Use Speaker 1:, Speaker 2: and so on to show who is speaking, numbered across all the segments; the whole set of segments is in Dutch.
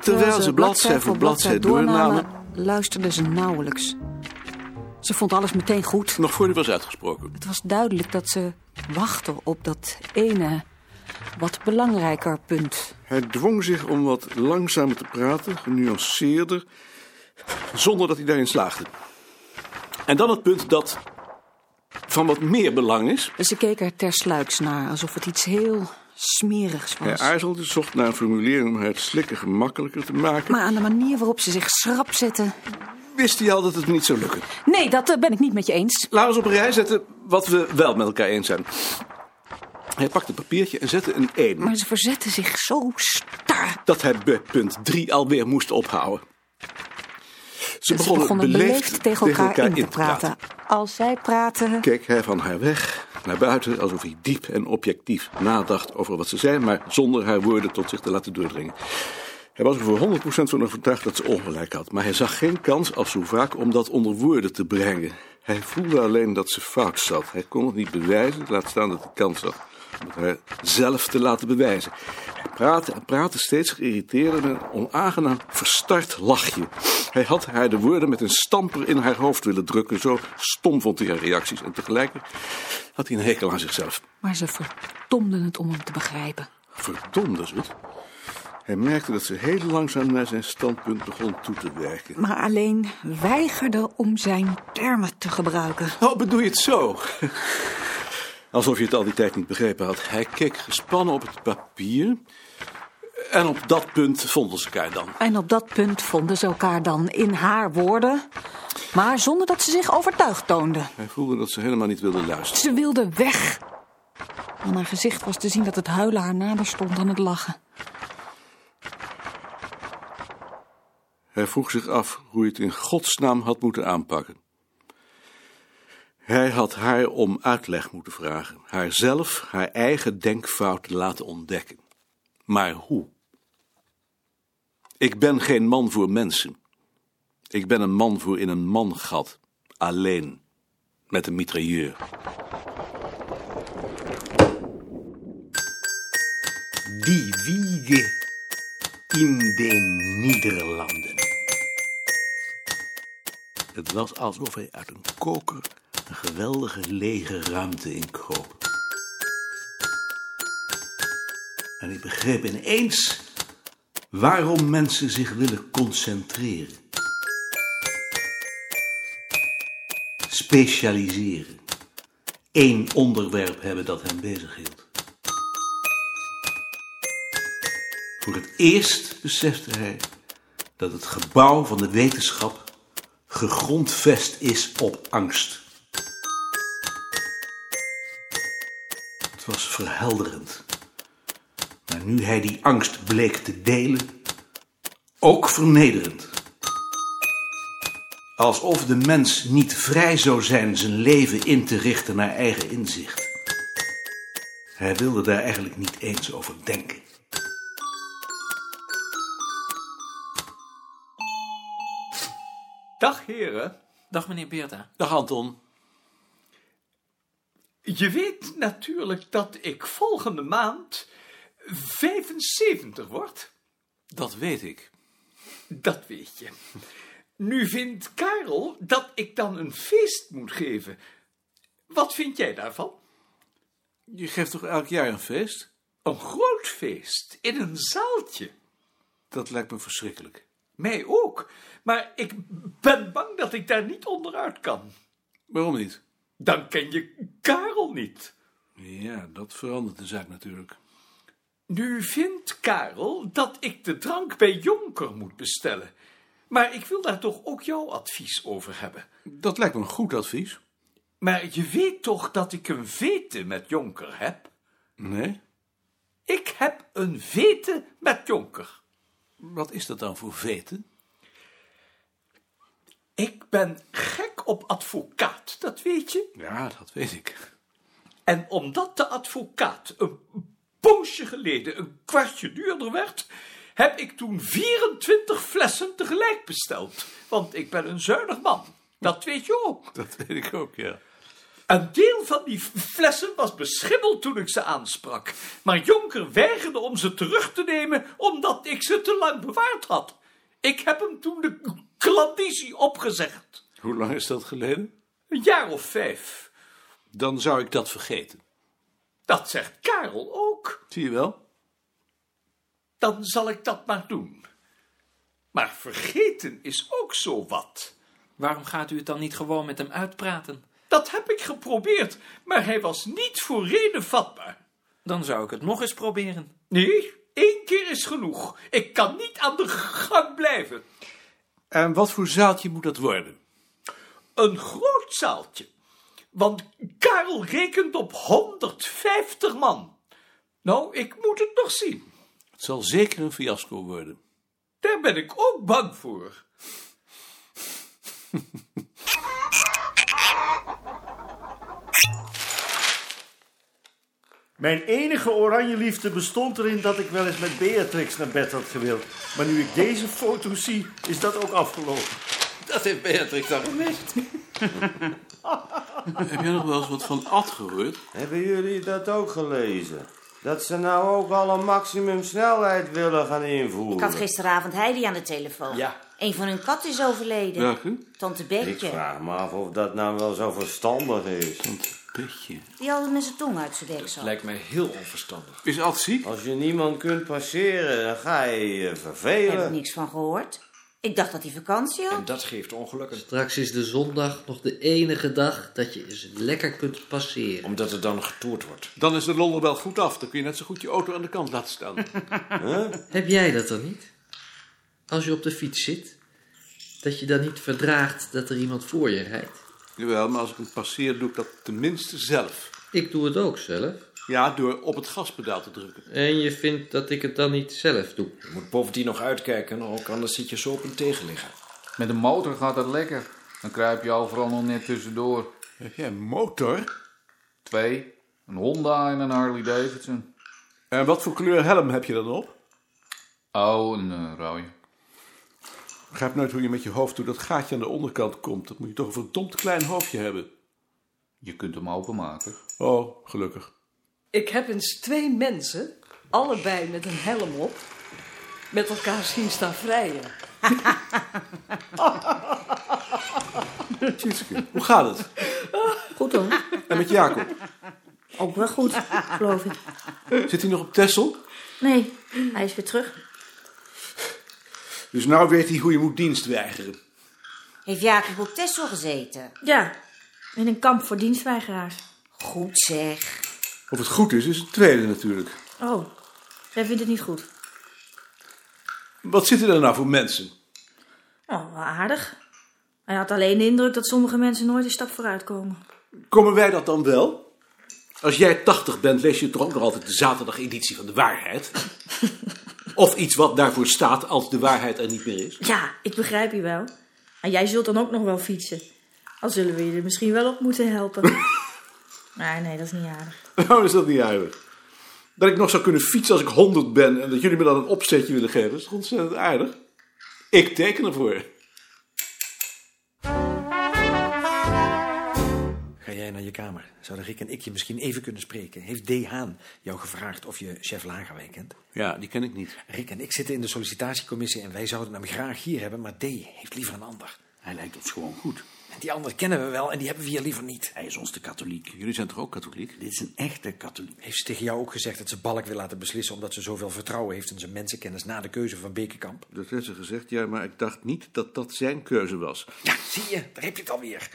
Speaker 1: Terwijl ze bladzij voor bladzij doornamen,
Speaker 2: luisterde ze nauwelijks. Ze vond alles meteen goed.
Speaker 1: nog voor die was uitgesproken.
Speaker 2: Het was duidelijk dat ze wachtte op dat ene, wat belangrijker punt.
Speaker 3: Hij dwong zich om wat langzamer te praten, genuanceerder,
Speaker 1: Zonder dat hij daarin slaagde. En dan het punt dat van wat meer belang is.
Speaker 2: Dus Ze keek er tersluiks naar, alsof het iets heel smerigs was.
Speaker 3: Hij aarzelde, zocht naar een formulering om het slikken gemakkelijker te maken.
Speaker 2: Maar aan de manier waarop ze zich schrap zette...
Speaker 1: Wist hij al dat het niet zou lukken.
Speaker 2: Nee, dat eh, ben ik niet met je eens.
Speaker 1: Laten we eens op een rij zetten wat we wel met elkaar eens zijn. Hij pakte een papiertje en zette een 1.
Speaker 2: Maar ze verzette zich zo star.
Speaker 1: dat hij bij punt 3 alweer moest ophouden. Ze
Speaker 2: Ze
Speaker 1: begonnen, beleefd, tegen elkaar,
Speaker 2: in te praten. Als zij praten...
Speaker 3: Keek hij van haar
Speaker 1: Haar weg naar buiten alsof hij diep en objectief nadacht over wat ze zei, maar zonder haar woorden tot zich te laten doordringen. Hij was er voor 100% van overtuigd dat ze ongelijk had, maar hij zag geen kans als zo vaak om dat onder woorden te brengen.
Speaker 3: Hij voelde alleen dat ze fout zat. Hij kon het niet bewijzen, laat staan dat hij kans had. Om het haar
Speaker 1: zelf te laten bewijzen. Hij praatte en praatte steeds geïrriteerder met een onaangenaam verstart lachje. Hij had haar de woorden met een stamper in haar hoofd willen drukken. Zo stom vond hij haar reacties. En tegelijkertijd had hij een hekel aan zichzelf.
Speaker 2: Maar ze verdomden het om hem te begrijpen.
Speaker 1: Verdomde ze het.
Speaker 3: Hij merkte dat ze heel langzaam naar zijn standpunt begon toe te werken.
Speaker 2: Maar alleen weigerde om zijn termen te gebruiken.
Speaker 1: Oh, bedoel je het zo? Alsof je het al die tijd niet begrepen had. Hij keek gespannen op het papier. En op dat punt vonden ze elkaar dan.
Speaker 2: En op dat punt vonden ze elkaar dan in haar woorden, maar zonder dat ze zich overtuigd toonden.
Speaker 3: Hij voelde dat ze helemaal niet wilde luisteren.
Speaker 2: Ze wilde weg. Aan haar gezicht was te zien dat het huilen haar nader stond dan het lachen.
Speaker 3: Hij vroeg zich af hoe hij het in godsnaam had moeten aanpakken.
Speaker 1: Hij had haar om uitleg moeten vragen. Haarzelf haar eigen denkfout laten ontdekken. Maar hoe? Ik ben geen man voor mensen. Ik ben een man voor in een mangat. Alleen. Met een mitrailleur. Die wiegen in de Nederlanden. Het was alsof hij uit een koker een geweldige lege ruimte inkroop. En ik begreep ineens waarom mensen zich willen concentreren. Specialiseren. Eén onderwerp hebben dat hen bezighield. Voor het eerst besefte hij dat het gebouw van de wetenschap gegrondvest is op angst. Het was verhelderend. Maar nu hij die angst bleek te delen, ook vernederend. Alsof de mens niet vrij zou zijn zijn leven in te richten naar eigen inzicht. Hij wilde daar eigenlijk niet eens over denken.
Speaker 4: Dag heren.
Speaker 5: Dag meneer Beerta.
Speaker 1: Dag Anton.
Speaker 4: Je weet natuurlijk dat ik volgende maand 75 word.
Speaker 1: Dat weet ik.
Speaker 4: Dat weet je. Nu vindt Karel dat ik dan een feest moet geven. Wat vind jij daarvan?
Speaker 1: Je geeft toch elk jaar een feest?
Speaker 4: Een groot feest in een zaaltje.
Speaker 1: Dat lijkt me verschrikkelijk.
Speaker 4: Mij ook. Maar ik ben bang dat ik daar niet onderuit kan.
Speaker 1: Waarom niet?
Speaker 4: Dan ken je Karel niet.
Speaker 1: Ja, dat verandert de zaak natuurlijk.
Speaker 4: Nu vindt Karel dat ik de drank bij Jonker moet bestellen. Maar ik wil daar toch ook jouw advies over hebben.
Speaker 1: Dat lijkt me een goed advies.
Speaker 4: Maar je weet toch dat ik een vete met Jonker heb?
Speaker 1: Nee?
Speaker 4: Ik heb een vete met Jonker.
Speaker 1: Wat is dat dan voor veten?
Speaker 4: Ik ben gek op advocaat, dat weet je.
Speaker 1: Ja, dat weet ik.
Speaker 4: En omdat de advocaat een poosje geleden een kwartje duurder werd, heb ik toen 24 flessen tegelijk besteld. Want ik ben een zuinig man, dat weet je ook.
Speaker 1: Dat weet ik ook, ja.
Speaker 4: Een deel van die flessen was beschimmeld toen ik ze aansprak. Maar Jonker weigerde om ze terug te nemen omdat ik ze te lang bewaard had. Ik heb hem toen de klandizie opgezegd.
Speaker 1: Hoe lang is dat geleden?
Speaker 4: Een jaar of vijf.
Speaker 1: Dan zou ik dat vergeten.
Speaker 4: Dat zegt Karel ook.
Speaker 1: Zie je wel?
Speaker 4: Dan zal ik dat maar doen. Maar vergeten is ook zo wat.
Speaker 6: Waarom gaat u het dan niet gewoon met hem uitpraten?
Speaker 4: Dat heb ik geprobeerd, maar hij was niet voor reden vatbaar.
Speaker 6: Dan zou ik het nog eens proberen.
Speaker 4: Nee, één keer is genoeg. Ik kan niet aan de gang blijven.
Speaker 1: En wat voor zaaltje moet dat worden?
Speaker 4: Een groot zaaltje. Want Karel rekent op 150 man. Nou, ik moet het nog zien.
Speaker 1: Het zal zeker een fiasco worden.
Speaker 4: Daar ben ik ook bang voor.
Speaker 7: Mijn enige oranje liefde bestond erin dat ik wel eens met Beatrix naar bed had gewild. Maar nu ik deze foto zie, is dat ook afgelopen.
Speaker 8: Dat heeft Beatrix dan gemist.
Speaker 1: Heb jij nog wel eens wat van Ad gehoord?
Speaker 9: Hebben jullie dat ook gelezen? Dat ze nou ook al een maximumsnelheid willen gaan
Speaker 2: Ik
Speaker 9: invoeren.
Speaker 2: had gisteravond Heidi aan de telefoon.
Speaker 8: Ja.
Speaker 2: Een van hun katten is overleden.
Speaker 1: Welke?
Speaker 2: Tante
Speaker 9: Ik
Speaker 2: Beetje.
Speaker 9: vraag me af of dat nou wel zo verstandig is.
Speaker 1: Petje.
Speaker 2: Die had het met zijn tong uit zijn deksel.
Speaker 8: Lijkt mij heel onverstandig.
Speaker 1: Is Ad ziek?
Speaker 9: Als je niemand kunt passeren, dan ga je je
Speaker 2: Daar heb ik
Speaker 9: vervelen.
Speaker 2: niks van gehoord. Ik dacht dat hij vakantie had.
Speaker 8: En dat geeft ongelukken.
Speaker 10: Straks is de zondag nog de enige dag dat je eens lekker kunt passeren.
Speaker 8: Omdat het dan getoerd wordt.
Speaker 1: Dan is de lol er wel goed af. Dan kun je net zo goed je auto aan de kant laten staan.
Speaker 10: Heb jij dat dan niet? Als je op de fiets zit, dat je dan niet verdraagt dat er iemand voor je rijdt.
Speaker 1: Jawel, maar als ik hem passeer, doe ik dat tenminste zelf.
Speaker 10: Ik doe het ook zelf.
Speaker 1: Ja, door op het gaspedaal te drukken.
Speaker 10: En je vindt dat ik het dan niet zelf doe.
Speaker 8: Je moet bovendien nog uitkijken, ook anders zit je zo op een tegenligger.
Speaker 11: Met de motor gaat dat lekker. Dan kruip je overal nog net tussendoor.
Speaker 1: Heb jij een motor?
Speaker 11: Twee, een Honda en een Harley Davidson.
Speaker 1: En wat voor kleur helm heb je dan op?
Speaker 11: Oh, een eh, rode.
Speaker 1: Ik begrijp nooit hoe je met je hoofd door dat gaatje aan de onderkant komt. Dat moet je toch een verdomd klein hoofdje hebben.
Speaker 11: Je kunt hem openmaken.
Speaker 1: Oh, gelukkig.
Speaker 12: Ik heb eens twee mensen, allebei met een helm op, met elkaar zien staan vrijen.
Speaker 1: Tjitske, hoe gaat het?
Speaker 2: Goed hoor.
Speaker 1: En met Jacob?
Speaker 2: Ook wel goed, geloof ik.
Speaker 1: Zit hij nog op Tessel?
Speaker 2: Nee, hij is weer terug.
Speaker 1: Dus nou weet hij hoe je moet dienst weigeren.
Speaker 2: Heeft Jacob op Texel gezeten?
Speaker 13: Ja, in een kamp voor dienstweigeraars.
Speaker 2: Goed zeg.
Speaker 1: Of het goed is, is het tweede natuurlijk.
Speaker 13: Oh, jij vindt het niet goed.
Speaker 1: Wat zitten er nou voor mensen?
Speaker 13: Oh, wel aardig. Hij had alleen de indruk dat sommige mensen nooit een stap vooruit komen.
Speaker 1: Komen wij dat dan wel? Als jij 80 bent, lees je toch ook nog altijd de zaterdageditie van de waarheid? Of iets wat daarvoor staat als de waarheid er niet meer is?
Speaker 13: Ja, ik begrijp je wel. En jij zult dan ook nog wel fietsen. Al zullen we je er misschien wel op moeten helpen. nee, nee, dat is niet aardig.
Speaker 1: Nou is dat niet aardig. Dat ik nog zou kunnen fietsen als ik 100 ben en dat jullie me dan een opzetje willen geven, is toch ontzettend aardig? Ik teken ervoor.
Speaker 8: Ga jij naar je kamer? Zouden Rick en ik je misschien even kunnen spreken? Heeft D. Haan jou gevraagd of je chef Lagerwijk kent?
Speaker 1: Ja, die ken ik niet.
Speaker 8: Rick en ik zitten in de sollicitatiecommissie en wij zouden hem graag hier hebben, maar D. heeft liever een ander.
Speaker 1: Hij lijkt ons gewoon goed.
Speaker 8: En die ander kennen we wel en die hebben we hier liever niet.
Speaker 1: Hij is ons de katholiek. Jullie zijn toch ook katholiek? Dit is een echte katholiek.
Speaker 8: Heeft ze tegen jou ook gezegd dat ze Balk wil laten beslissen omdat ze zoveel vertrouwen heeft in zijn mensenkennis na de keuze van Dus Bekenkamp?
Speaker 1: Dat heeft ze gezegd, ja, maar ik dacht niet dat dat zijn keuze was.
Speaker 8: Ja, zie je, daar heb je het alweer.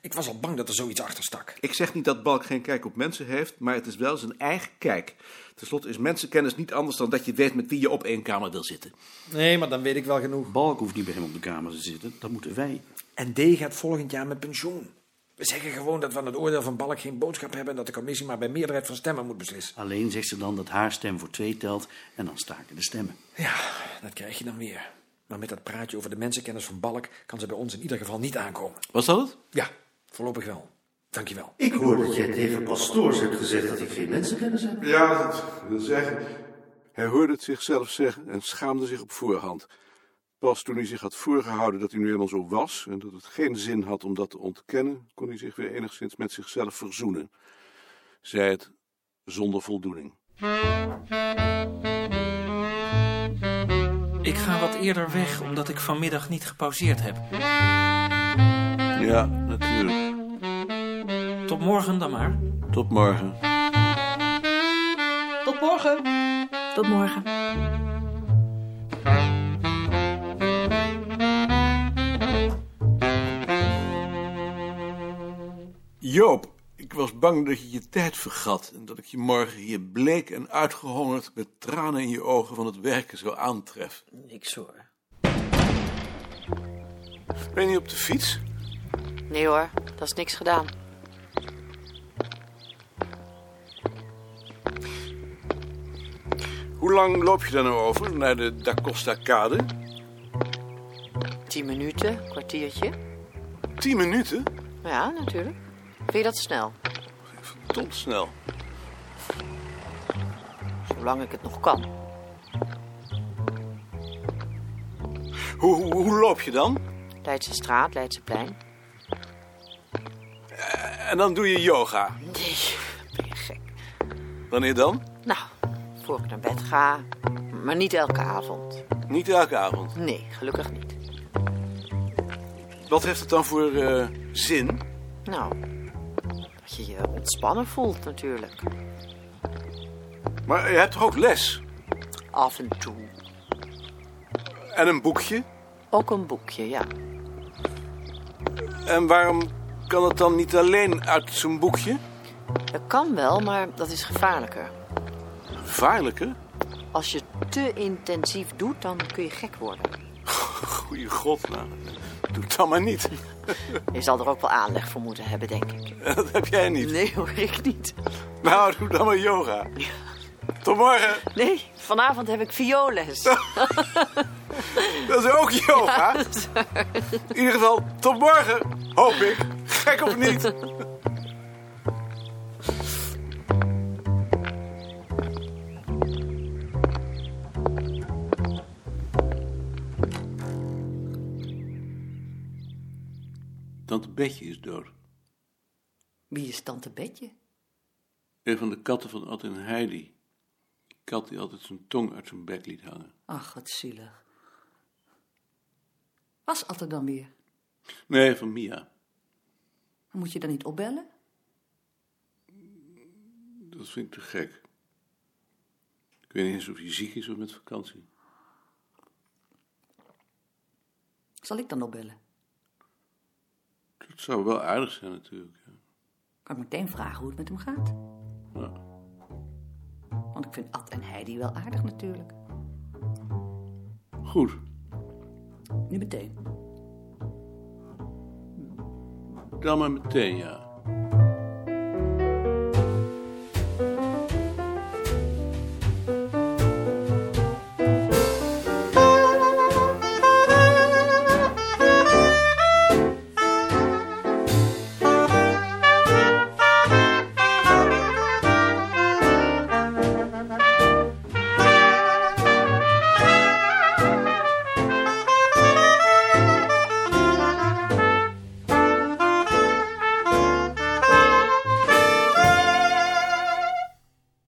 Speaker 8: Ik was al bang dat er zoiets achter stak.
Speaker 1: Ik zeg niet dat Balk geen kijk op mensen heeft, maar het is wel zijn eigen kijk. Ten slotte is mensenkennis niet anders dan dat je weet met wie je op één kamer wil zitten.
Speaker 8: Nee, maar dan weet ik wel genoeg.
Speaker 1: Balk hoeft niet bij hem op de kamer te zitten, dat moeten wij.
Speaker 8: En D gaat volgend jaar met pensioen. We zeggen gewoon dat we aan het oordeel van Balk geen boodschap hebben en dat de commissie maar bij meerderheid van stemmen moet beslissen.
Speaker 11: Alleen zegt ze dan dat haar stem voor twee telt en dan staken de stemmen.
Speaker 8: Ja, dat krijg je dan weer. Maar met dat praatje over de mensenkennis van Balk kan ze bij ons in ieder geval niet aankomen.
Speaker 1: Was dat het?
Speaker 8: Ja, voorlopig wel. Dankjewel.
Speaker 7: Ik hoor dat jij tegen pastoors hebt gezegd dat ik geen mensenkennis heb.
Speaker 14: Ja, dat wil zeggen.
Speaker 1: Hij hoorde het zichzelf zeggen en schaamde zich op voorhand. Pas toen hij zich had voorgehouden dat hij nu helemaal zo was en dat het geen zin had om dat te ontkennen, kon hij zich weer enigszins met zichzelf verzoenen. Zij het zonder voldoening.
Speaker 5: Ik ga wat eerder weg omdat ik vanmiddag niet gepauzeerd heb.
Speaker 1: Ja, natuurlijk.
Speaker 5: Tot morgen dan maar.
Speaker 1: Tot morgen.
Speaker 15: Tot morgen.
Speaker 16: Tot morgen.
Speaker 1: Joop, ik was bang dat je je tijd vergat en dat ik je morgen hier bleek en uitgehongerd met tranen in je ogen van het werken zou aantreffen.
Speaker 10: Niks hoor.
Speaker 1: Ben je niet op de fiets?
Speaker 13: Nee hoor, dat is niks gedaan.
Speaker 1: Hoe lang loop je daar nou over naar de Da Costa Kade?
Speaker 13: Tien minuten, kwartiertje.
Speaker 1: Tien minuten?
Speaker 13: Ja, natuurlijk. Vind je dat snel?
Speaker 1: Tot snel.
Speaker 13: Zolang ik het nog kan.
Speaker 1: Hoe, hoe, hoe loop je dan?
Speaker 13: Leidse straat, Leidse plein.
Speaker 1: En dan doe je yoga.
Speaker 13: Nee, ben je gek.
Speaker 1: Wanneer dan?
Speaker 13: Nou, voor ik naar bed ga. Maar niet elke avond.
Speaker 1: Niet elke avond.
Speaker 13: Nee, gelukkig niet.
Speaker 1: Wat heeft het dan voor eh, zin?
Speaker 13: Nou, dat je je ontspannen voelt natuurlijk.
Speaker 1: Maar je hebt toch ook les?
Speaker 13: Af en toe.
Speaker 1: En een boekje?
Speaker 13: Ook een boekje, ja.
Speaker 1: En waarom kan het dan niet alleen uit zo'n boekje?
Speaker 13: Dat kan wel, maar dat is gevaarlijker.
Speaker 1: Gevaarlijker?
Speaker 13: Als je te intensief doet, dan kun je gek worden.
Speaker 1: Goeie god, nou. Doe het dan maar niet.
Speaker 13: Je zal er ook wel aanleg voor moeten hebben, denk ik.
Speaker 1: Dat heb jij niet.
Speaker 13: Nee hoor, ik niet.
Speaker 1: Nou, doe dan maar yoga. Tot morgen.
Speaker 13: Nee, vanavond heb ik vioolles.
Speaker 1: Dat is ook yoga.
Speaker 13: Ja, dat is waar.
Speaker 1: In ieder geval, tot morgen. Hoop ik. Gek of niet. Tante Betje is dood.
Speaker 2: Wie is tante Betje?
Speaker 1: Een van de katten van Ad en Heidi. Die kat die altijd zijn tong uit zijn bek liet hangen.
Speaker 2: Ach, wat zielig. Was Ad er dan weer?
Speaker 1: Nee, van Mia.
Speaker 2: Moet je dan niet opbellen?
Speaker 1: Dat vind ik te gek. Ik weet niet eens of hij ziek is of met vakantie.
Speaker 2: Zal ik dan opbellen?
Speaker 1: Dat zou wel aardig zijn natuurlijk. ja.
Speaker 2: Kan ik meteen vragen hoe het met hem gaat?
Speaker 1: Ja.
Speaker 2: Want ik vind Ad en Heidi wel aardig natuurlijk.
Speaker 1: Goed,
Speaker 2: Nu meteen.
Speaker 1: dan maar meteen ja.